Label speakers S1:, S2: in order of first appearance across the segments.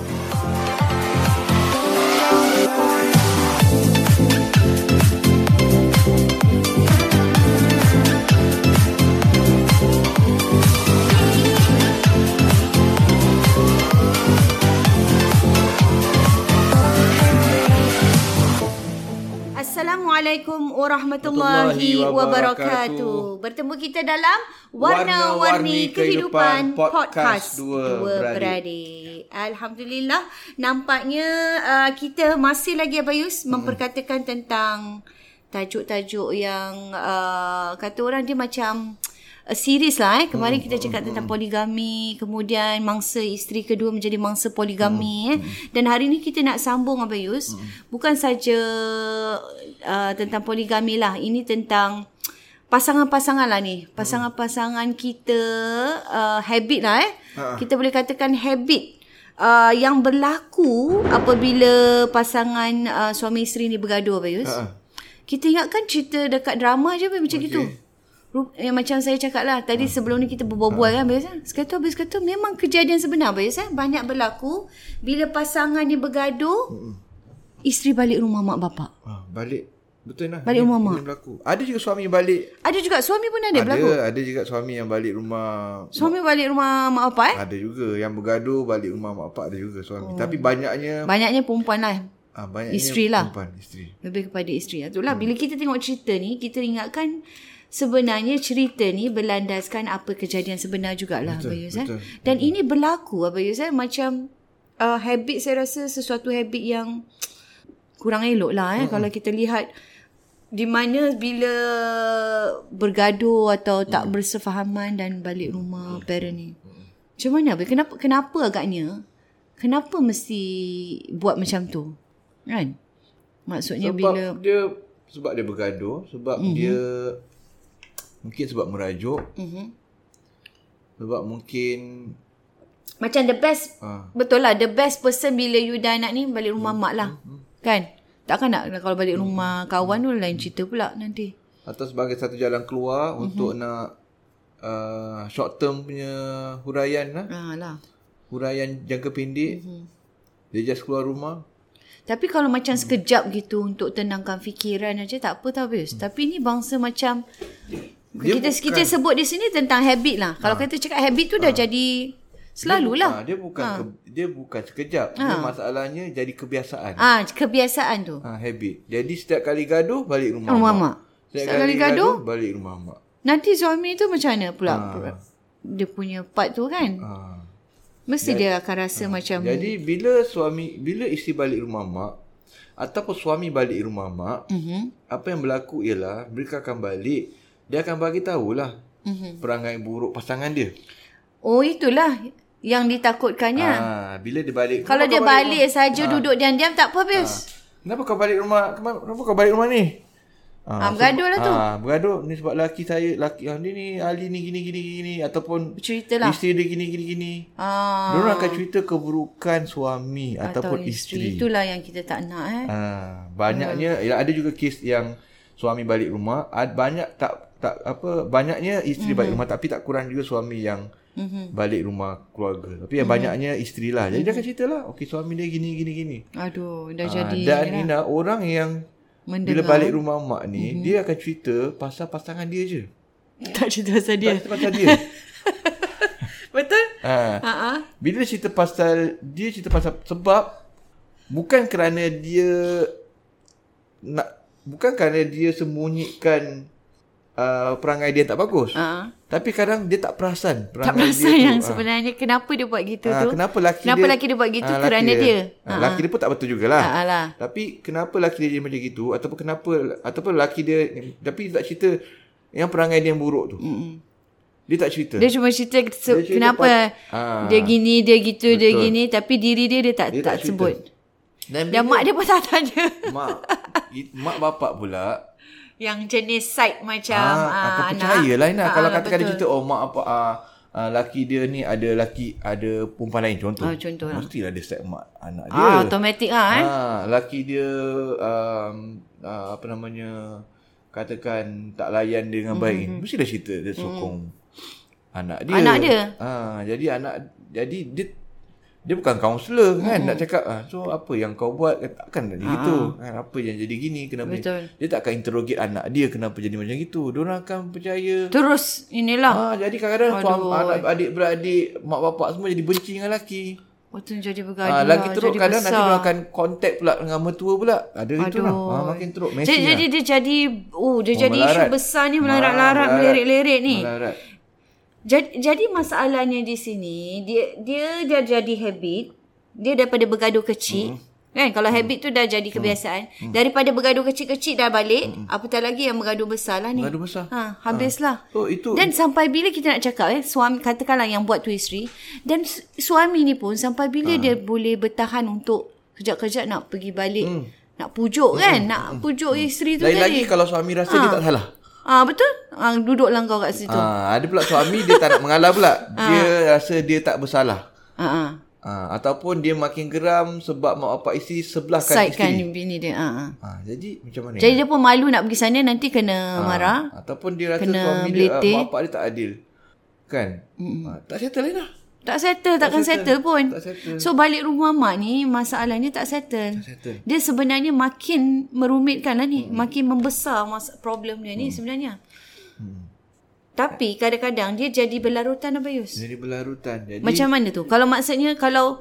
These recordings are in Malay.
S1: Assalamualaikum warahmatullahi wabarakatuh. Bertemu kita dalam Warna-Warni Kehidupan Podcast Dua Beradik. Alhamdulillah, nampaknya uh, kita masih lagi Abayus hmm. memperkatakan tentang tajuk-tajuk yang uh, kata orang dia macam uh, series lah eh. Kemarin hmm. kita cakap tentang poligami, kemudian mangsa isteri kedua menjadi mangsa poligami hmm. eh. Dan hari ni kita nak sambung Abayus, hmm. bukan saja uh, tentang poligami lah. Ini tentang pasangan-pasangan lah ni. Pasangan-pasangan kita uh, habit lah eh. Uh-huh. Kita boleh katakan habit uh, yang berlaku apabila pasangan uh, suami isteri ni bergaduh Abayus. Uh-huh. Kita ingatkan cerita dekat drama je Abayus, macam okay. gitu yang macam saya cakap lah tadi ha. sebelum ni kita berbual-bual ha. kan biasa sekali tu habis kata memang kejadian sebenar biasa banyak berlaku bila pasangan ni bergaduh hmm. isteri balik rumah mak bapak
S2: ha, balik betul lah
S1: balik ini, rumah mak
S2: berlaku ada juga suami balik
S1: ada juga suami pun ada, ada berlaku
S2: ada juga suami yang balik rumah
S1: suami mak, balik rumah mak bapak eh
S2: ada juga yang bergaduh balik rumah mak bapak ada juga suami oh. tapi banyaknya
S1: banyaknya perempuan lah
S2: Ah, banyaknya
S1: isteri lah
S2: perempuan, isteri.
S1: Lebih kepada isteri Itulah hmm. bila kita tengok cerita ni Kita ingatkan sebenarnya cerita ni berlandaskan apa kejadian sebenar jugalah betul, Abang Yus. Betul, eh? Dan betul. ini berlaku Abang Yus eh? macam uh, habit saya rasa sesuatu habit yang kurang elok lah eh? Mm-hmm. Kalau kita lihat di mana bila bergaduh atau tak mm-hmm. bersefahaman dan balik rumah mm-hmm. parent ni. Macam mana Abang? Kenapa, kenapa agaknya? Kenapa mesti buat macam tu? Kan? Maksudnya
S2: sebab
S1: bila...
S2: dia sebab dia bergaduh, sebab mm-hmm. dia Mungkin sebab merajuk. Mm-hmm. Sebab mungkin...
S1: Macam the best... Ha. Betul lah. The best person bila you dah nak ni balik rumah mm-hmm. mak lah. Mm-hmm. Kan? Takkan nak kalau balik mm-hmm. rumah kawan tu lain cerita pula nanti.
S2: Atau sebagai satu jalan keluar mm-hmm. untuk nak... Uh, short term punya huraian lah.
S1: Ha, lah.
S2: Huraian jangka pendek. Mm-hmm. Dia just keluar rumah.
S1: Tapi kalau macam hmm. sekejap gitu untuk tenangkan fikiran aja tak apa tak habis. Hmm. Tapi ni bangsa macam dia kita bukan, kita sebut di sini tentang habit lah. Ha, Kalau kita cakap habit tu dah ha, jadi selalulah.
S2: Dia bukan, ha, dia bukan ha. ke, dia bukan sekejap. Ha. Dia masalahnya jadi kebiasaan.
S1: Ah, ha, kebiasaan tu.
S2: Ha, habit. Jadi setiap kali gaduh balik rumah
S1: rumah mak. mak.
S2: Setiap, setiap kali, kali gaduh, gaduh balik rumah mak.
S1: Nanti suami tu macam mana pula? Ha. Dia punya part tu kan? Ha. Mesti jadi, dia akan rasa ha. macam
S2: Ah. Jadi bila suami bila isteri balik rumah mak ataupun suami balik rumah mak,
S1: Mhm.
S2: mm-hmm. apa yang berlaku ialah mereka akan balik dia akan bagi tahulah
S1: Mhm.
S2: mm-hmm. perangai buruk pasangan dia.
S1: Oh itulah yang ditakutkannya.
S2: Ha, bila dia balik.
S1: Ah. Kalau dia balik, balik saja ha. duduk diam-diam tak apa habis. Ha.
S2: Kenapa kau balik rumah? Kenapa kau balik rumah ni?
S1: Ha, ha bergaduh lah tu.
S2: Ha, bergaduh ni sebab laki saya laki yang dia ni ah, Ali ni gini gini gini ataupun
S1: ceritalah.
S2: Isteri dia gini gini gini.
S1: Ha.
S2: Diorang akan cerita keburukan suami Atau ataupun isteri.
S1: Itulah yang kita tak nak eh.
S2: Ha, banyaknya hmm. ada juga kes yang suami balik rumah banyak tak tak apa banyaknya isteri mm-hmm. balik rumah tapi tak kurang juga suami yang Mm-hmm. Balik rumah keluarga. Tapi yang mm-hmm. banyaknya isteri lah. Jadi mm-hmm. dia akan cerita lah. Okey suami dia gini gini gini.
S1: Aduh, dah
S2: Ah,
S1: jadi.
S2: Dan
S1: ni
S2: Nina orang yang
S1: Mendengar.
S2: bila balik rumah mak ni, mm-hmm. dia akan cerita pasal pasangan dia je.
S1: Tak cerita pasal dia.
S2: Tak cerita pasal dia.
S1: Betul?
S2: ha.
S1: Ha-ha.
S2: Bila dia cerita pasal dia cerita pasal sebab bukan kerana dia nak bukan kerana dia sembunyikan uh, perangai dia yang tak bagus.
S1: Ha.
S2: Tapi kadang dia tak perasan perangai
S1: Tak perasan
S2: Ah, dia
S1: yang
S2: tu. Ah.
S1: sebenarnya kenapa dia buat gitu
S2: Ah,
S1: tu.
S2: kenapa laki
S1: kenapa
S2: dia
S1: laki dia buat gitu
S2: Ah, laki
S1: kerana dia.
S2: Ah, laki dia pun tak betul jugalah.
S1: Ha lah.
S2: Tapi kenapa laki dia jadi macam gitu ataupun kenapa ataupun laki dia tapi dia tak cerita yang perangai dia yang buruk tu. Mm-mm. Dia tak cerita.
S1: Dia cuma cerita, se-
S2: cerita
S1: kenapa
S2: pas- Ah.
S1: dia gini, dia gitu, dia
S2: Betul.
S1: gini tapi diri dia dia tak
S2: Dia
S1: tak,
S2: tak cerita.
S1: sebut.
S2: Dan
S1: Dan mak dia pun tak tanya.
S2: mak i- mak bapak pula
S1: Yang jenis side macam
S2: Ah,
S1: ah,
S2: aku
S1: anak.
S2: percaya lah Ina.
S1: Ah,
S2: Kalau katakan dia
S1: betul.
S2: cerita oh mak apa ah, ah, laki dia ni ada laki ada perempuan lain contoh.
S1: Ah, contoh lah.
S2: Mestilah dia set mak anak dia.
S1: Ah, automatik lah eh.
S2: Ha, laki dia um, uh, apa namanya katakan tak layan dia
S1: Hmm,
S2: dengan baik. Mm-hmm. Mesti dah cerita dia sokong mm. anak dia.
S1: Anak dia.
S2: Ha, jadi anak jadi dia dia bukan kaunselor kan
S1: Hmm.
S2: nak cakap ah so apa yang kau buat Kan takkan jadi gitu kan apa yang jadi gini kenapa
S1: Ah,
S2: ni?"
S1: Betul.
S2: dia tak akan interrogate anak dia kenapa jadi macam gitu dia orang akan percaya
S1: Terus inilah.
S2: ha jadi kadang-kadang suami anak adik-beradik mak bapak semua jadi benci dengan laki
S1: Oh, tu jadi bergaduh. lah.
S2: Ah, lagi teruk
S1: jadi
S2: kadang
S1: besar.
S2: nanti dia akan contact pula dengan mertua pula. Ada itu lah.
S1: Aduh.
S2: Ah, makin teruk. Messi
S1: Jadi,
S2: lah.
S1: jadi dia jadi oh dia
S2: Oh,
S1: jadi isu
S2: melarat.
S1: besar ni
S2: Ah,
S1: melarat-larat melirik-lirik ni.
S2: Melarat.
S1: Jadi, jadi masalahnya di sini dia dia dah jadi habit. Dia daripada bergaduh kecil
S2: Hmm.
S1: Kan kalau habit tu dah jadi kebiasaan daripada bergaduh kecil-kecil dah balik
S2: Hmm.
S1: apatah lagi yang bergaduh besar lah ni.
S2: Mengadu besar.
S1: Ha habislah.
S2: So Oh, itu
S1: Dan sampai bila kita nak cakap eh suami katakanlah yang buat tu isteri dan su- suami ni pun sampai
S2: Ha.
S1: bila dia boleh bertahan untuk kejap-kejap nak pergi balik
S2: Hmm.
S1: nak pujuk kan nak pujuk isteri tu
S2: lain
S1: tadi.
S2: lagi kalau suami rasa dia tak salah.
S1: Ah betul? Ah duduklah kau kat situ.
S2: Ah, ada pula suami dia tak nak mengalah
S1: Ah.
S2: pula. Dia rasa dia tak bersalah.
S1: Ha ah.
S2: Ah, ataupun dia makin geram sebab mak bapak isteri sebelahkan
S1: Side kan
S2: isteri.
S1: bini dia. Ah, ah.
S2: Ah, jadi macam mana?
S1: Jadi dia pun malu nak pergi sana nanti
S2: Ah.
S1: kena marah.
S2: Ataupun dia rasa
S1: Kena
S2: suami dia, ah,
S1: beletih.
S2: mak bapak dia tak adil. Kan? Ah, tak settle lah.
S1: Tak settle, takkan settle, pun.
S2: Tak settle.
S1: So balik rumah mak ni masalahnya tak settle.
S2: Tak settle.
S1: Dia sebenarnya makin merumitkan lah ni. Hmm. Makin membesar mas- problem dia ni hmm. sebenarnya.
S2: Hmm.
S1: Tapi kadang-kadang dia jadi berlarutan apa Yus?
S2: Jadi berlarutan. Jadi
S1: Macam mana tu? Kalau maksudnya kalau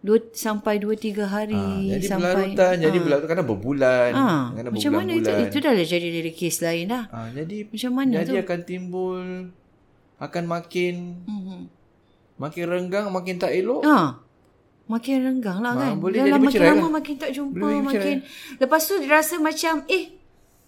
S1: dua, sampai 2-3 hari.
S2: Ah, jadi Kan
S1: sampai,
S2: berlarutan, jadi berlarutan kadang berbulan,
S1: Ah,
S2: kadang
S1: macam mana itu?
S2: berbulan-bulan.
S1: Itu dah lah jadi dari kes lain dah.
S2: Ah, jadi
S1: Macam mana
S2: jadi
S1: tu?
S2: akan timbul akan makin
S1: Mhm.
S2: makin renggang, makin tak elok.
S1: Ha. Makin renggang lah
S2: Ma-
S1: kan.
S2: boleh
S1: Dah
S2: jadi
S1: lah, makin
S2: bercerai
S1: lama
S2: lah.
S1: makin tak jumpa.
S2: Boleh jadi
S1: makin. Lepas tu dia rasa macam eh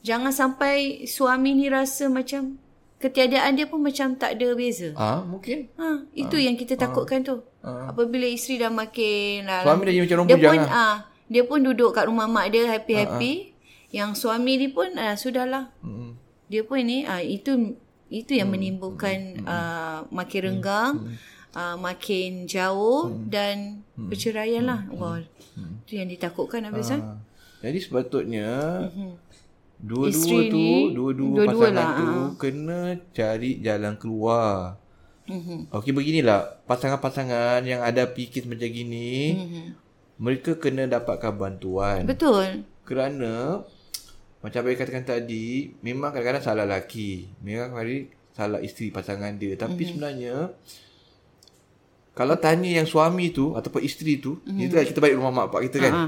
S1: jangan sampai suami ni rasa macam ketiadaan dia pun macam tak ada beza.
S2: Ah, mungkin
S1: Ha, itu
S2: Ah.
S1: yang kita takutkan tu. Apabila isteri dah makin lah,
S2: suami dah jadi macam
S1: dia
S2: rumah
S1: pun
S2: jangan. Ah,
S1: ah dia pun duduk kat rumah mak dia happy-happy. Yang suami ni pun ah, sudahlah.
S2: Mm-mm.
S1: Dia pun ni ah itu itu
S2: Hmm.
S1: yang menimbulkan ah, makin renggang, ah, makin jauh
S2: Hmm.
S1: dan perceraian lah. Wah. Itu yang ditakutkan Abdul Sam.
S2: Ah. Jadi sepatutnya dua-dua
S1: Mhm. Isteri
S2: tu,
S1: ni,
S2: dua-dua
S1: dua-dua
S2: pasangan
S1: lah,
S2: tu kena cari jalan keluar.
S1: Mhm.
S2: Okey beginilah pasangan-pasangan yang ada fikir macam gini,
S1: Mhm.
S2: mereka kena dapatkan bantuan.
S1: Betul.
S2: Kerana macam Abang katakan tadi, memang kadang-kadang salah lelaki. Memang kadang-kadang salah isteri pasangan dia. Tapi mm-hmm. sebenarnya kalau tanya yang suami tu ataupun isteri tu, mm-hmm. kita kita balik rumah mak pak kita kan.
S1: Ha.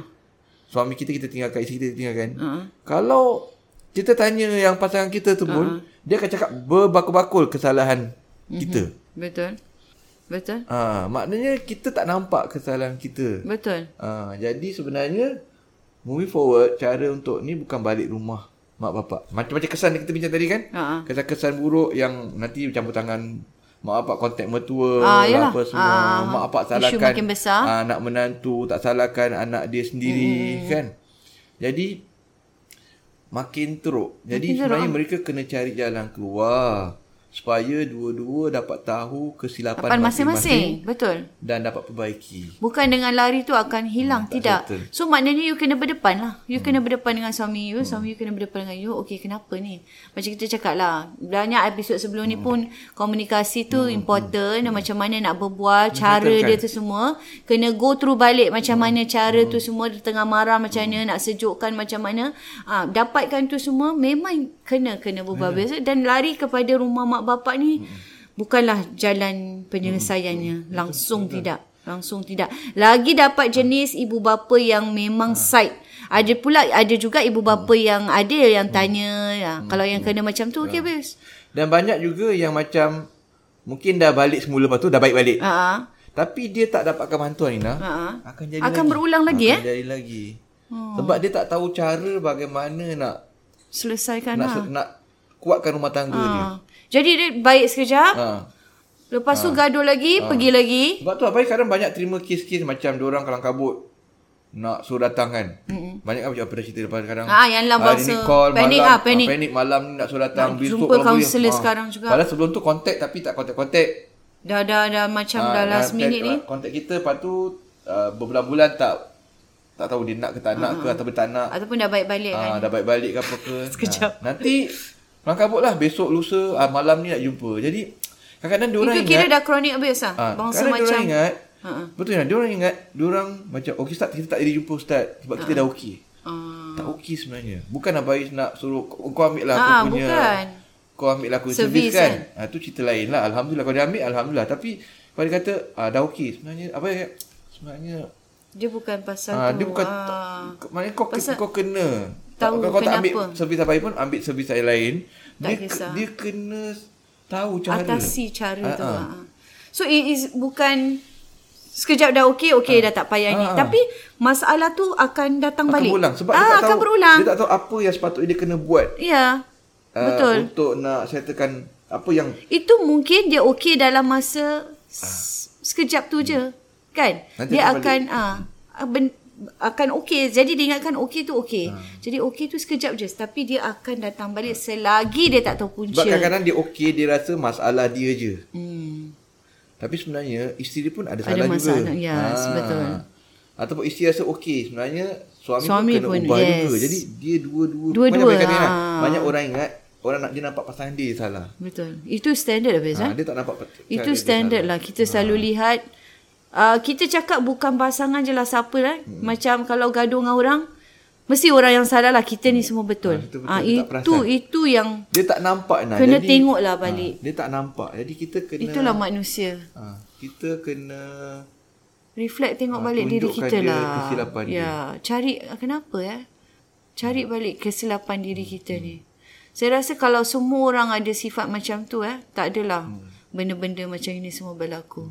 S2: Suami kita kita tinggalkan, isteri kita tinggalkan.
S1: Ha.
S2: Kalau kita tanya yang pasangan kita tu pun, dia akan cakap berbakul-bakul kesalahan kita.
S1: Betul. Betul.
S2: Ha, maknanya kita tak nampak kesalahan kita.
S1: Betul.
S2: Ha, jadi sebenarnya moving forward cara untuk ni bukan balik rumah mak bapak. Macam-macam kesan yang kita bincang tadi kan?
S1: Ha.
S2: Kesan-kesan buruk yang nanti campur tangan mak bapak kontak mertua
S1: Ah,
S2: lah
S1: yalah.
S2: apa semua.
S1: Ah,
S2: mak bapak
S1: isu
S2: salahkan
S1: makin besar.
S2: anak menantu, tak salahkan anak dia sendiri hmm. kan. Jadi makin teruk. Jadi makin sebenarnya teruk. mereka kena cari jalan keluar. supaya dua-dua dapat tahu kesilapan
S1: Lapan masing-masing.
S2: masing-masing
S1: Betul.
S2: dan dapat perbaiki.
S1: Bukan dengan lari tu akan hilang. tidak.
S2: settle.
S1: So maknanya you kena berdepan lah. You kena berdepan dengan suami you. Suami you kena berdepan dengan you. Okay kenapa ni? Macam kita cakap lah. Banyak episod sebelum ni pun komunikasi tu important. Dan macam mana nak berbual. Cara dia tu semua. Kena go through balik macam
S2: Hmm.
S1: mana cara tu semua. Di tengah marah macam mana. Nak sejukkan macam mana. Ah, dapatkan tu semua. Memang kena kena berbual.
S2: Hmm.
S1: Biasa. Dan lari kepada rumah mak bapak ni. Bukanlah
S2: Hmm.
S1: jalan penyelesaiannya. Langsung tidak. Langsung tidak. Lagi dapat
S2: Hmm.
S1: jenis ibu bapa yang memang side. Ada pula ada juga
S2: Hmm.
S1: ibu bapa yang adil yang tanya ya, kalau yang kena macam tu
S2: Hmm.
S1: okey bes.
S2: Dan banyak juga yang macam mungkin dah balik semula lepas tu dah baik balik.
S1: Ha ah.
S2: Tapi dia tak dapatkan bantuan Ina.
S1: Ha ah.
S2: Akan jadi
S1: Akan
S2: lagi.
S1: berulang lagi, Oh.
S2: akan eh? jadi lagi. Hmm. Sebab dia tak tahu cara bagaimana nak
S1: Selesaikan
S2: nak
S1: lah.
S2: se- nak kuatkan rumah tangga ha. dia.
S1: Ha. Jadi dia baik sekejap,
S2: Ha.
S1: lepas
S2: Ah.
S1: tu gaduh lagi, pergi lagi.
S2: Sebab tu abai kadang banyak terima kes-kes macam orang kalang kabut nak suruh datang kan. Mm-mm. Banyak kan macam apa dah cerita depan kadang.
S1: Ah, yang lah
S2: hari
S1: bahasa
S2: ni call,
S1: panic
S2: malam,
S1: ah, panic.
S2: ah, panik malam ni nak suruh datang.
S1: Nak
S2: besok
S1: jumpa
S2: baru boleh.
S1: kaunselor sekarang juga.
S2: Padahal sebelum tu kontak tapi tak kontak-kontak.
S1: Dah dah dah macam
S2: Ah,
S1: dah last
S2: contact-
S1: minute ni.
S2: Contact kita lepas tu uh, berbulan-bulan tak tak tahu dia nak ke tak nak ke atau dia tak nak.
S1: Ataupun dah baik balik Ah. kan.
S2: Ah, dah balik-balik ke apa ke.
S1: Sekejap.
S2: Ah, nanti orang kabut lah besok lusa ah, malam ni nak jumpa. Jadi kadang-kadang dia orang
S1: Itu kira dah kronik abis lah.
S2: ya? Ah,
S1: Bangsa
S2: kadang-kadang
S1: macam Ha,
S2: diorang ingat
S1: Ha-ha.
S2: Betul lah Diorang ingat Diorang macam Okay start Kita tak jadi jumpa Ustaz Sebab
S1: Ha,
S2: kita dah okey
S1: ah,
S2: Tak okey sebenarnya Bukan Abais nak suruh Kau, kau ambil lah
S1: Ah,
S2: Aku punya
S1: bukan.
S2: Kau ambil lah aku punya
S1: Service
S2: servis kan ha, Tu cerita lain lah Alhamdulillah Kau dia ambil Alhamdulillah Tapi Kalau dia kata ah, Dah okey Sebenarnya Abais ingat, Sebenarnya
S1: dia bukan pasal
S2: ah,
S1: tu.
S2: Dia bukan
S1: Ah.
S2: tak, Maknanya kau, Pasal kau kena
S1: Tahu
S2: Kalau kau tak ambil
S1: kenapa.
S2: Servis Abais pun Ambil servis saya lain
S1: Tak
S2: dia,
S1: kisah.
S2: dia kena Tahu cara
S1: atasi cara
S2: Ah,
S1: tu.
S2: ah.
S1: Ha. So it is bukan sekejap dah okey, okey dah tak payah ni.
S2: Ah.
S1: Tapi masalah tu akan datang
S2: Akan
S1: balik.
S2: berulang Sebab dia
S1: ah,
S2: tak tahu
S1: akan berulang.
S2: Dia tak tahu apa yang sepatutnya Dia kena buat
S1: Ya.
S2: Uh,
S1: Betul.
S2: Untuk nak settlekan apa yang
S1: Itu mungkin dia okey dalam masa s- sekejap tu je. Kan?
S2: Ah. Hmm. Nanti
S1: dia
S2: akan
S1: akan ah ben, akan okey. Jadi dia ingatkan okey tu okey.
S2: Ah.
S1: Jadi okey tu sekejap je tapi dia akan datang balik selagi dia tak tahu punca.
S2: sebab kadang-kadang dia okey dia rasa masalah dia je.
S1: Hmm,
S2: Tapi sebenarnya isteri dia pun ada, salah
S1: masalah,
S2: juga. Ah.
S1: yes, betul.
S2: Ataupun isteri rasa okey sebenarnya suami,
S1: Suami
S2: pun kena
S1: pun,
S2: ubah
S1: yes.
S2: juga. Jadi dia dua-dua
S1: Dua-dua,
S2: macam mereka ni lah.
S1: ah.
S2: Banyak orang ingat orang nak dia nampak pasangan dia salah.
S1: Betul. Itu standard habis
S2: Ha,
S1: ha?
S2: dia Ah. tak nampak pa- cara
S1: Itu
S2: dia
S1: standard lah Kita selalu lihat uh, Kita cakap bukan pasangan je lah Siapa lah hmm. Macam kalau gaduh dengan orang Mesti orang yang salah lah Kita ni semua betul,
S2: Ah, kita betul,
S1: Ah,
S2: kita tak
S1: Itu
S2: perasan.
S1: itu yang
S2: salah. Dia tak nampak nah.
S1: Kena tengok lah balik.
S2: Ha, dia tak nampak. Jadi kita kena
S1: Itulah manusia
S2: ha, kita kena
S1: Reflect tengok
S2: Ah,
S1: balik diri
S2: tunjukkan
S1: kita
S2: dia Hmm.
S1: lah
S2: kesilapan
S1: ya, Cari Kenapa eh Cari balik kesilapan diri
S2: Hmm.
S1: kita ni Saya rasa kalau semua orang ada sifat macam tu eh Tak adalah
S2: Hmm.
S1: Benda-benda macam ini semua berlaku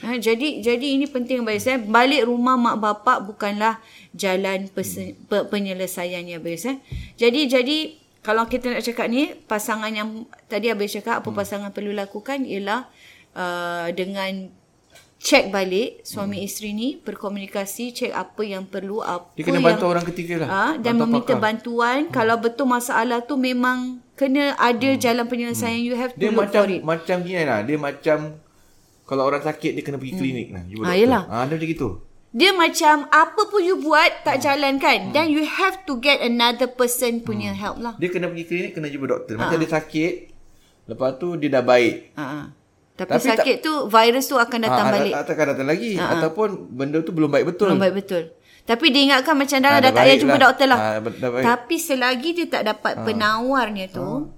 S1: Ha, jadi jadi ini penting bagi saya balik rumah mak bapak bukanlah jalan pesen,
S2: Hmm.
S1: pe, penyelesaiannya Abis eh. Jadi jadi kalau kita nak cakap ni pasangan yang tadi Abis cakap apa
S2: Hmm.
S1: pasangan perlu lakukan ialah uh, dengan check balik suami hmm. isteri ni berkomunikasi check apa yang perlu apa
S2: dia
S1: Oh,
S2: kena
S1: yang
S2: bantu orang ketiga lah. Hmm.
S1: Ah, dan
S2: Bantu
S1: meminta
S2: pakar.
S1: bantuan kalau betul masalah tu memang kena ada jalan penyelesaian you have to
S2: Hmm. Dia
S1: look
S2: macam
S1: for it.
S2: macam gini lah. Dia macam kalau orang sakit dia kena pergi klinik lah. jumpa
S1: Ah,
S2: doktor.
S1: yelah.
S2: Ah, dia macam gitu.
S1: Dia macam apa pun you buat
S2: Hmm.
S1: tak jalan kan then you have to get another person punya help lah.
S2: Dia kena pergi klinik kena jumpa doktor. Macam
S1: Ah.
S2: dia sakit lepas tu dia dah baik.
S1: Ha. Tapi,
S2: Ah. Tapi tak-
S1: sakit tu virus tu akan datang
S2: Ah,
S1: balik.
S2: ah, tak akan datang lagi ataupun benda tu belum baik betul.
S1: Belum baik betul. Tapi dia ingatkan macam dah,
S2: Ah,
S1: dah
S2: dah
S1: tak payah
S2: baik
S1: jumpa
S2: lah.
S1: doktor lah.
S2: Ah, dah- dah baik. Ah.
S1: Tapi selagi dia tak dapat penawarnya tu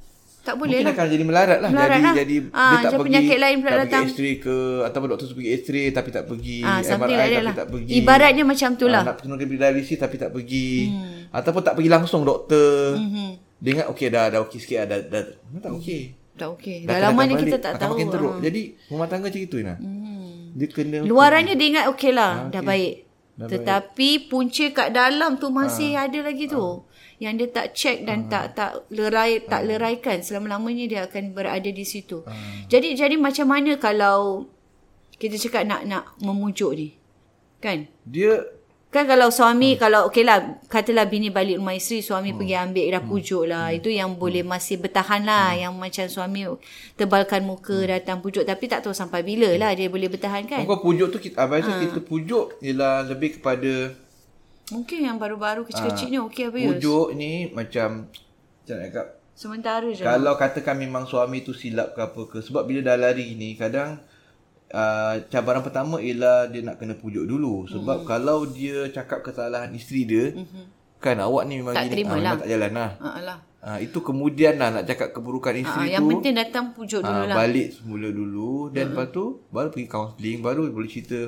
S1: tak boleh
S2: Mungkin
S1: lah.
S2: akan jadi melarat lah.
S1: Melarat
S2: jadi
S1: lah.
S2: jadi
S1: Ah,
S2: dia tak
S1: macam
S2: pergi
S1: penyakit lain pula
S2: tak
S1: datang.
S2: pergi x-ray ke ataupun doktor suruh pergi x-ray tapi tak pergi
S1: Ah, something like
S2: MRI
S1: that
S2: tapi
S1: lah.
S2: tak pergi.
S1: Ibaratnya macam tu lah.
S2: Ah, nak pergi dialisis tapi tak pergi. Hmm. Ataupun tak pergi langsung doktor.
S1: Mhm.
S2: Hmm. Dia ingat okey dah dah okey sikit lah. dah dah, dah tak okey.
S1: Tak okey.
S2: Dah
S1: Dah lama
S2: datang
S1: ni
S2: balik,
S1: kita tak
S2: akan
S1: tahu.
S2: Makin teruk.
S1: ah. Hmm.
S2: Jadi rumah tangga macam gitu Ina. Dia kena
S1: Luarannya dia ingat okey lah, dah
S2: Ah, okey.
S1: baik.
S2: Dah
S1: Tetapi punca kat dalam tu masih
S2: Ah.
S1: ada lagi tu. Yang dia tak check dan tak tak lerai
S2: Ah.
S1: tak leraikan selama-lamanya dia akan berada di situ. Jadi jadi macam mana kalau kita cakap nak nak memujuk ni? Kan?
S2: dia
S1: Kan kalau suami hmm. kalau okeylah katalah bini balik rumah isteri suami hmm. pergi ambil dah pujuk lah. Hmm. Itu yang boleh masih bertahan lah hmm. yang macam suami tebalkan muka hmm. datang pujuk tapi tak tahu sampai bila lah dia boleh bertahan kan.
S2: Bukan pujuk tu kita abang
S1: Ah.
S2: ha. kita pujuk ialah lebih kepada
S1: mungkin yang baru-baru kecil-kecil ha. ni okey apa
S2: Pujuk ni macam macam nak cakap
S1: sementara je.
S2: kalau katakan memang suami tu silap ke apa ke sebab bila dah lari ni kadang uh, cabaran pertama ialah dia nak kena pujuk dulu
S1: Hmm.
S2: sebab mm-hmm. kalau dia cakap kesalahan isteri dia mm-hmm. kan awak ni memang
S1: Mhm. tak
S2: gini
S1: terima lah.
S2: tak jalan lah.
S1: Ha lah.
S2: Ha, itu kemudian lah nak cakap keburukan
S1: Ha,
S2: isteri
S1: yang
S2: tu
S1: penting datang pujuk dulu
S2: ha,
S1: lah. Mm-hmm.
S2: balik semula dulu dan lepas tu baru pergi kaunseling baru boleh cerita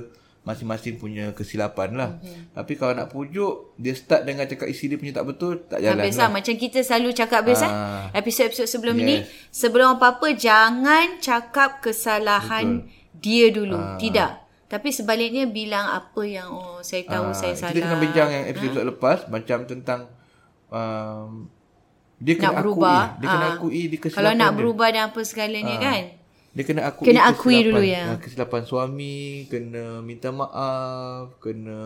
S2: masing-masing punya kesilapan lah. Tapi kalau nak pujuk dia start dengan cakap isteri dia punya tak betul tak jalan
S1: Habis
S2: lah.
S1: lah. Macam kita selalu cakap habis
S2: Ah.
S1: eh. Episod-episod sebelum
S2: Yes.
S1: ni. Sebelum apa-apa, jangan cakap kesalahan dia dulu.
S2: Ah.
S1: Tidak. Tapi sebaliknya bilang apa yang oh saya tahu
S2: Ah,
S1: saya
S2: kita
S1: salah.
S2: kena bincang yang episod ha? lepas macam tentang um, dia kena
S1: nak
S2: akui,
S1: berubah.
S2: dia kena
S1: ah.
S2: akui dia Ah. kesilapan
S1: Kalau nak
S2: dia.
S1: berubah dan apa segalanya kan.
S2: Dia kena akui
S1: Kena akui
S2: kesilapan.
S1: dulu, ya.
S2: Ah, Kesilapan suami, kena minta maaf, kena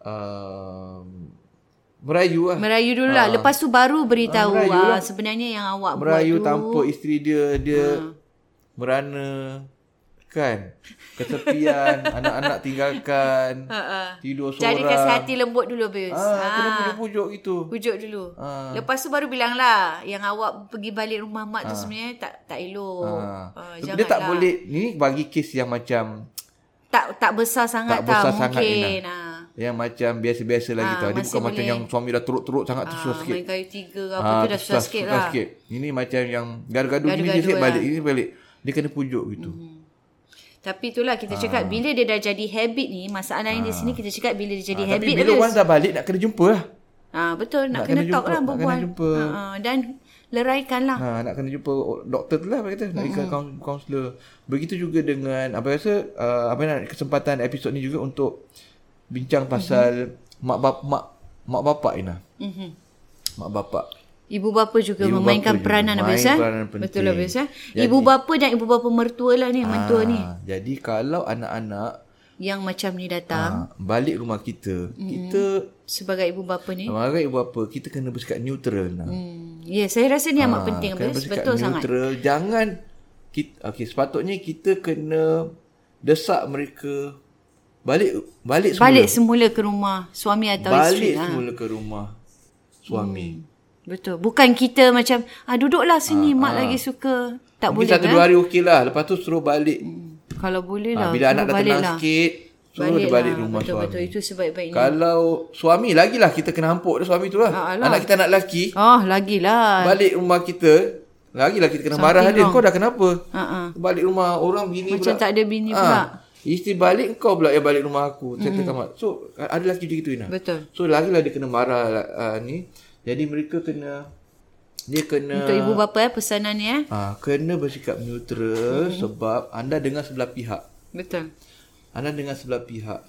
S2: um, merayu lah.
S1: Merayu dulu lah. Lepas tu baru beritahu
S2: merayu
S1: ah,
S2: lah.
S1: sebenarnya yang awak
S2: merayu
S1: buat tu.
S2: tanpa isteri dia, dia
S1: Ha.
S2: merana kan. Kesepian, anak-anak tinggalkan,
S1: ah.
S2: tidur seorang.
S1: Jadi Ha. kasi hati lembut dulu Abis.
S2: Ah, kena pujuk-pujuk gitu.
S1: Pujuk dulu.
S2: Ah.
S1: Lepas tu baru bilang lah yang awak pergi balik rumah mak tu sebenarnya tak tak elok.
S2: Ha.
S1: Ah,
S2: Sebab Ah. dia tak boleh ni bagi kes yang macam
S1: tak tak besar sangat
S2: Tak besar
S1: tau
S2: sangat,
S1: mungkin.
S2: Ina.
S1: ah.
S2: yang macam biasa-biasa lagi
S1: Ah,
S2: tau. Dia
S1: masih
S2: bukan macam
S1: boleh.
S2: yang suami dah teruk-teruk sangat tu susah
S1: Ah,
S2: sikit. Ah,
S1: main kayu tiga ke apa tu dah susah sikit lah.
S2: sikit. Ini macam yang gaduh-gaduh gini dia
S1: Gaduh-gaduh
S2: sikit
S1: lah. Hmm.
S2: balik, ini balik. Dia kena pujuk gitu. Mm-hmm.
S1: Tapi itulah kita
S2: Ah.
S1: cakap bila dia dah jadi habit ni, masalahnya di sini kita cakap bila dia jadi
S2: Ah, Tapi
S1: habit
S2: bila orang dah balik nak kena jumpa lah.
S1: Ah betul nak,
S2: Nak
S1: kena,
S2: kena
S1: talk
S2: jumpa,
S1: lah
S2: nak
S1: berbual.
S2: kena jumpa.
S1: Ah, ah, dan leraikan lah.
S2: Ha, nak kena jumpa doktor tu lah apa kata nak ikut kaun- kaunselor. Begitu juga dengan apa rasa uh, apa nak kesempatan episod ni juga untuk bincang pasal
S1: Mm-hmm.
S2: mak bap mak mak bapak Ina.
S1: Mhm.
S2: Mak bapak.
S1: Ibu bapa juga ibu
S2: Ibu
S1: memainkan
S2: bapa juga
S1: peranan
S2: main
S1: habis eh.
S2: peranan penting.
S1: Betul habis eh.
S2: Jadi-
S1: Ibu bapa dan ibu bapa mertua lah ni, mentua ni
S2: Ah, Jadi kalau anak-anak
S1: yang macam ni datang
S2: ah, balik rumah kita, mm-hmm. kita
S1: sebagai ibu bapa ni.
S2: sebagai ibu bapa kita kena bersikap neutral lah.
S1: Hmm. Ya, yeah, saya rasa ni
S2: Ah,
S1: amat penting
S2: kena
S1: habis.
S2: bersikap
S1: Betul sangat.
S2: kan neutral. Sangat. Jangan kita okey sepatutnya kita kena desak mereka balik balik semula.
S1: Balik semula ke rumah suami atau
S2: balik
S1: isteri. Ha.
S2: semula ke rumah suami. Hmm.
S1: Betul. Bukan kita macam ah duduklah sini mak lagi suka. Tak boleh
S2: Mungkin satu
S1: kan? Hmm.
S2: dua hari okey lah. Lepas tu suruh balik.
S1: Kalau boleh
S2: Ha,
S1: lah.
S2: bila anak
S1: suruh
S2: dah
S1: balik
S2: tenang
S1: lah.
S2: sikit, suruh dia
S1: Balik
S2: balik
S1: lah.
S2: rumah
S1: betul,
S2: suami.
S1: Betul betul itu sebaik-baiknya.
S2: Kalau suami lagilah kita kena hampuk dia suami tu lah.
S1: Ah, alah.
S2: Anak kita anak lelaki,
S1: Oh, lagilah.
S2: balik rumah kita, lagilah kita kena marah dia. Kau dah kenapa?
S1: Ha ah.
S2: Balik rumah orang gini
S1: Macam
S2: pula.
S1: tak ada bini
S2: Ah,
S1: pula.
S2: Isteri balik kau pula yang balik rumah aku. Saya mm-hmm. kamar. So ada lelaki macam gitu Ina.
S1: Betul.
S2: So lagilah dia kena marah uh, ni. Jadi mereka kena dia kena
S1: Untuk ibu bapa eh pesanan ni eh.
S2: Ah, kena bersikap neutral hmm. sebab anda dengar sebelah pihak.
S1: Betul.
S2: Anda dengar sebelah pihak.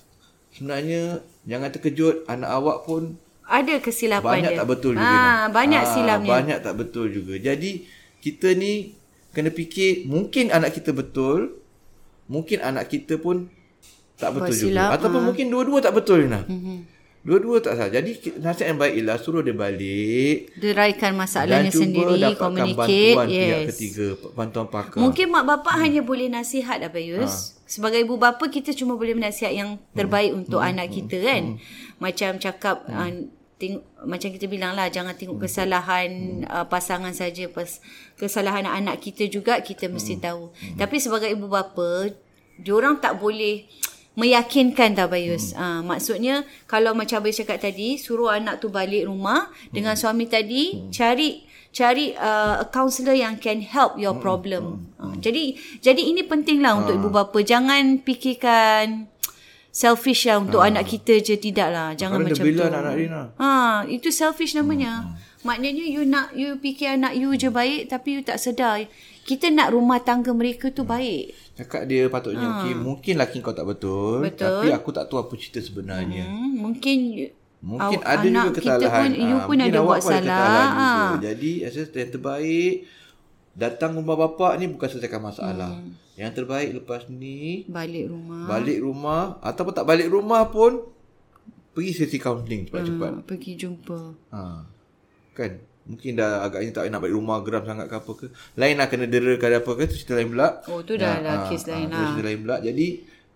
S2: Sebenarnya jangan terkejut anak awak pun
S1: Ada kesilapan
S2: banyak
S1: dia.
S2: tak betul juga. Ina.
S1: ha, banyak
S2: Ah,
S1: silamnya.
S2: Banyak tak betul juga. Jadi kita ni kena fikir mungkin anak kita betul, mungkin anak kita pun tak betul
S1: silap, ah. Mhm.
S2: juga ataupun mungkin dua-dua tak betul Ina. Dua-dua tak salah. Jadi ki- nasihat yang baik ialah suruh dia balik
S1: Deraikan
S2: dan
S1: masalahnya
S2: cuba
S1: sendiri,
S2: dapatkan
S1: communicate.
S2: bantuan pihak
S1: Yes.
S2: ketiga, bantuan pakar.
S1: Mungkin mak bapak hanya boleh nasihat apa Yus. Sebagai ibu bapa kita cuma boleh nasihat yang terbaik untuk anak kita kan. Macam cakap ah, ting- macam kita bilang lah jangan tengok kesalahan ah, pasangan saja pas kesalahan anak kita juga kita mesti tahu. Tapi sebagai ibu bapa diorang tak boleh meyakinkan tau Bayus. Hmm. maksudnya kalau macam Bayus cakap tadi suruh anak tu balik rumah dengan suami tadi cari cari uh, a counselor yang can help your
S2: Hmm,
S1: problem. Ah, jadi jadi ini pentinglah untuk ibu
S2: Ah.
S1: bapa jangan fikirkan selfish lah
S2: Ah.
S1: untuk anak kita je tidak lah. Jangan
S2: Kadang dia
S1: macam
S2: bela
S1: tu.
S2: anak-anak dia Ina.
S1: Ha, itu selfish namanya. Hmm. Maknanya you nak you fikir anak you je baik tapi you tak sedar kita nak rumah tangga mereka tu baik.
S2: Cakap dia patutnya ha. okay, mungkin laki kau tak betul,
S1: Ah. Betul.
S2: tapi aku tak tahu apa cerita sebenarnya. Hmm.
S1: Hmm, mungkin you-
S2: Mungkin
S1: awak-
S2: ada juga
S1: anak
S2: kesalahan.
S1: Kita pun, you
S2: Ah,
S1: pun
S2: mungkin
S1: ada
S2: awak
S1: buat
S2: pun ada
S1: salah.
S2: kesalahan
S1: ha.
S2: juga. Jadi asas yang terbaik datang rumah bapak ni bukan selesaikan masalah. Hmm. Yang terbaik lepas ni
S1: Balik rumah.
S2: balik rumah ataupun tak balik rumah pun Pergi sesi counselling cepat-cepat.
S1: Ah, pergi jumpa.
S2: Ha. Kan? Mungkin dah agaknya tak nak balik rumah geram sangat ke apa ke. Lain lah kena dera ke ada apa ke. Itu cerita lain pula.
S1: Oh, tu dah
S2: Ya,
S1: lah
S2: Ah,
S1: kes lain
S2: itu
S1: lah.
S2: cerita lain pula. Jadi,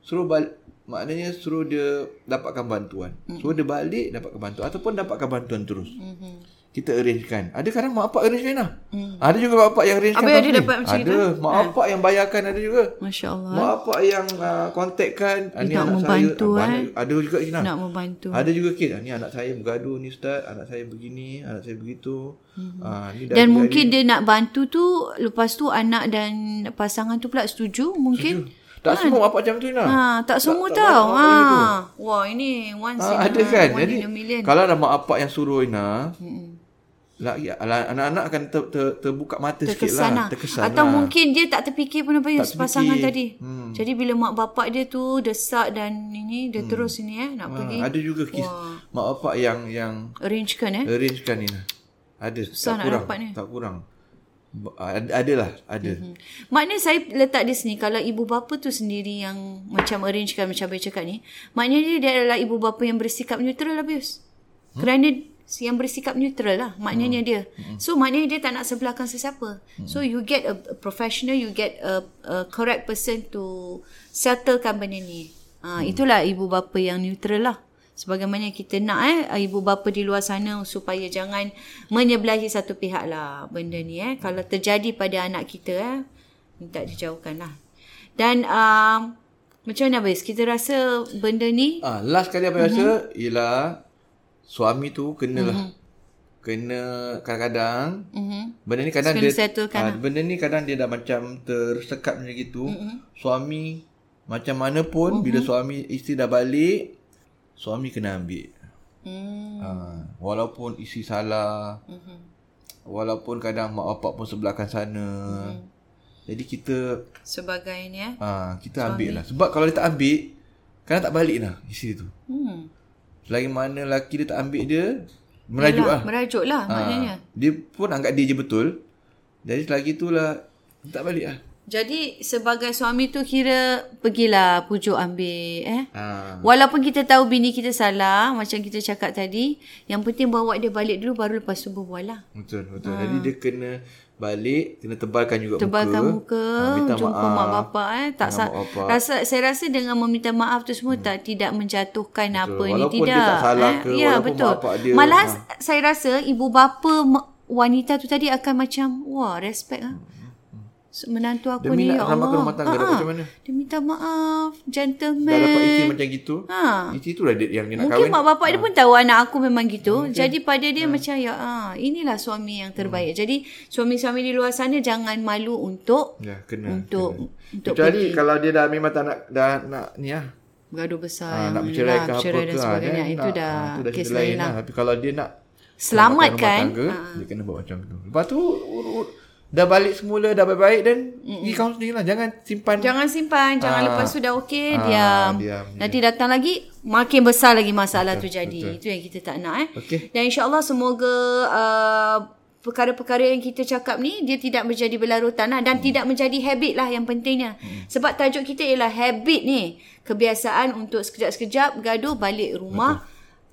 S2: suruh balik. Maknanya suruh dia dapatkan bantuan. Mm. Suruh dia balik dapatkan bantuan. Ataupun dapatkan bantuan terus. Mm-hmm. Kita arrangekan. Ada kadang mak apa arrange kan lah. Mm. Ada juga mak apa yang arrangekan.
S1: Habis ada
S2: counselling.
S1: dapat macam Ha.
S2: Ada. Mak apa yang bayarkan ada juga.
S1: Masya Allah.
S2: Mak apa yang uh, kontakkan. ah, ni
S1: Nak
S2: anak
S1: membantu,
S2: saya. Ah,
S1: eh.
S2: Ada juga Kina.
S1: Nak membantu.
S2: Ada juga kes ah, Ni anak saya bergaduh ni ustaz Anak saya begini Anak saya begitu mm-hmm. ah, ni dah
S1: Dan mungkin dia nak bantu tu, lepas tu anak dan pasangan tu pula setuju mungkin. Setuju.
S2: Tak semua apa macam tu lah
S1: Ah, Ha, tak semua
S2: tak
S1: tau.
S2: banyak
S1: Ha.
S2: orang boleh
S1: Wah, ini once
S2: ha,
S1: in
S2: Ada
S1: a-
S2: kan
S1: one
S2: Jadi
S1: in a million.
S2: Kalau ada mak apak yang suruh Ina lagi, ala- Anak-anak akan ter, ter, terbuka mata sikit
S1: terkesan
S2: lah
S1: lah. Atau mungkin dia tak terfikir pun apa yang pasangan tadi. Hmm. Jadi bila mak bapak dia tu desak dan ini dia hmm. terus ini eh nak pergi
S2: ha, Ada juga kes Mak apak yang Yang
S1: arrangekan eh.
S2: arrangekan Ina Ada
S1: Susah
S2: tak
S1: nak
S2: kurang
S1: dapat ni.
S2: Tak kurang Ba- ada, ada lah Ada mm-hmm.
S1: Hmm. Maknanya saya letak di sini kalau ibu bapa tu sendiri yang macam arrangekan macam saya cakap ni, maknanya dia adalah ibu bapa yang bersikap neutral habis. Hmm? Kerana yang bersikap neutral lah maknanya hmm. dia. Hmm. So maknanya dia tak nak sebelahkan sesiapa. Hmm. So you get a, a professional, you get a, a correct person to settlekan benda ni. Ha, itulah ibu bapa yang neutral lah. Sebagaimana kita nak eh ibu bapa di luar sana supaya jangan menyebelahi satu pihak lah benda ni eh. Kalau terjadi pada anak kita eh minta dijauhkan lah. Dan um, macam mana Abis? Kita rasa benda ni
S2: Ah, last kali apa yang rasa
S1: Mm-hmm.
S2: ialah suami tu kenalah mm-hmm. kena kadang-kadang
S1: Mhm.
S2: benda ni kadang
S1: Kena
S2: dia
S1: settlekan
S2: ah, benda ni kadang dia dah macam tersekat macam gitu. Mm-hmm. Suami macam mana pun mm-hmm. bila suami isteri dah balik suami kena ambil.
S1: hmm,
S2: Ah, walaupun isteri salah. Mm-hmm. Walaupun kadang mak bapak pun sebelahkan sana. Mm-hmm. Jadi kita
S1: sebagai ni eh.
S2: ah kita ambil lah. Sebab kalau dia tak ambil kadang tak balik lah isteri tu.
S1: Hmm.
S2: Selagi mana lelaki dia tak ambil dia Merajuk lah
S1: Merajuk lah maknanya.
S2: ha. Dia pun anggap dia je betul Jadi selagi tu lah Tak balik lah
S1: Jadi sebagai suami tu kira pergilah pujuk ambil eh.
S2: ha.
S1: Walaupun kita tahu bini kita salah macam kita cakap tadi, yang penting bawa dia balik dulu baru lepas tu berbual lah.
S2: Betul betul ha. Jadi dia kena balik Kena tebalkan juga
S1: tebalkan
S2: muka
S1: muka,
S2: Ah, minta
S1: jumpa
S2: maaf.
S1: mak bapak eh tak sa-
S2: Dengan mak bapak.
S1: rasa saya rasa dengan meminta maaf tu semua tak tidak menjatuhkan apa ni
S2: Walaupun dia
S1: tidak
S2: tak salah ke,
S1: ya
S2: walaupun
S1: betul
S2: mak bapak dia- Ah.
S1: malah saya rasa ibu bapa ma- wanita tu tadi akan macam wah respect ah menantu aku
S2: Demi
S1: ni ya
S2: nak ramah
S1: Allah
S2: rumah
S1: Ah,
S2: tangga dapat
S1: ah.
S2: macam mana?
S1: dia minta maaf
S2: Dah dapat isteri
S1: gentleman
S2: macam gitu
S1: ha
S2: Isteri tu lah dia, yang dia nak
S1: Mungkin
S2: kahwin Ah. Hmm,
S1: mak bapak dia pun tahu anak aku memang gitu. Okay. Jadi pada dia macam ya ah inilah suami yang terbaik.
S2: Hmm.
S1: Jadi suami-suami di luar sana jangan malu untuk
S2: Ya kena
S1: untuk untuk
S2: Kecuali kalau dia dah memang tak nak Dah nak ni lah
S1: bergaduh besar
S2: ha,
S1: yang
S2: Nak
S1: inilah,
S2: bercerai ke apa
S1: bercerai
S2: ke
S1: dan
S2: ah,
S1: sebagagnya
S2: then
S1: itu
S2: nak-
S1: dah
S2: ah, tu
S1: kes
S2: cerita
S1: lain lah.
S2: Tapi kalau dia nak
S1: Selamatkan Ha.
S2: rumah tangga, dia kena buat macam tu. Lepas tu ur- ur- dah balik semula dah baik-baik dan pergi kaunseling lah. Jangan simpan.
S1: Jangan simpan, jangan
S2: Ah.
S1: lepas tu dah okey,
S2: Ah,
S1: diam.
S2: diam, ya.
S1: Nanti datang lagi makin besar lagi masalah tu jadi. Itu yang kita tak nak eh.
S2: Okey.
S1: Dan insya-Allah semoga uh, perkara-perkara yang kita cakap ni dia tidak menjadi berlarutan lah
S2: Hmm.
S1: dan tidak menjadi habit lah yang pentingnya. Sebab tajuk kita ialah habit ni, kebiasaan untuk sekejap-sekejap gaduh balik rumah.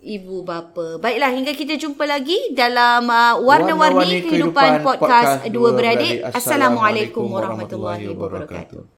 S1: Ibu bapa. Baiklah hingga kita jumpa lagi dalam uh, warna-warni kehidupan, podcast, dua beradik. Assalamualaikum warahmatullahi wabarakatuh.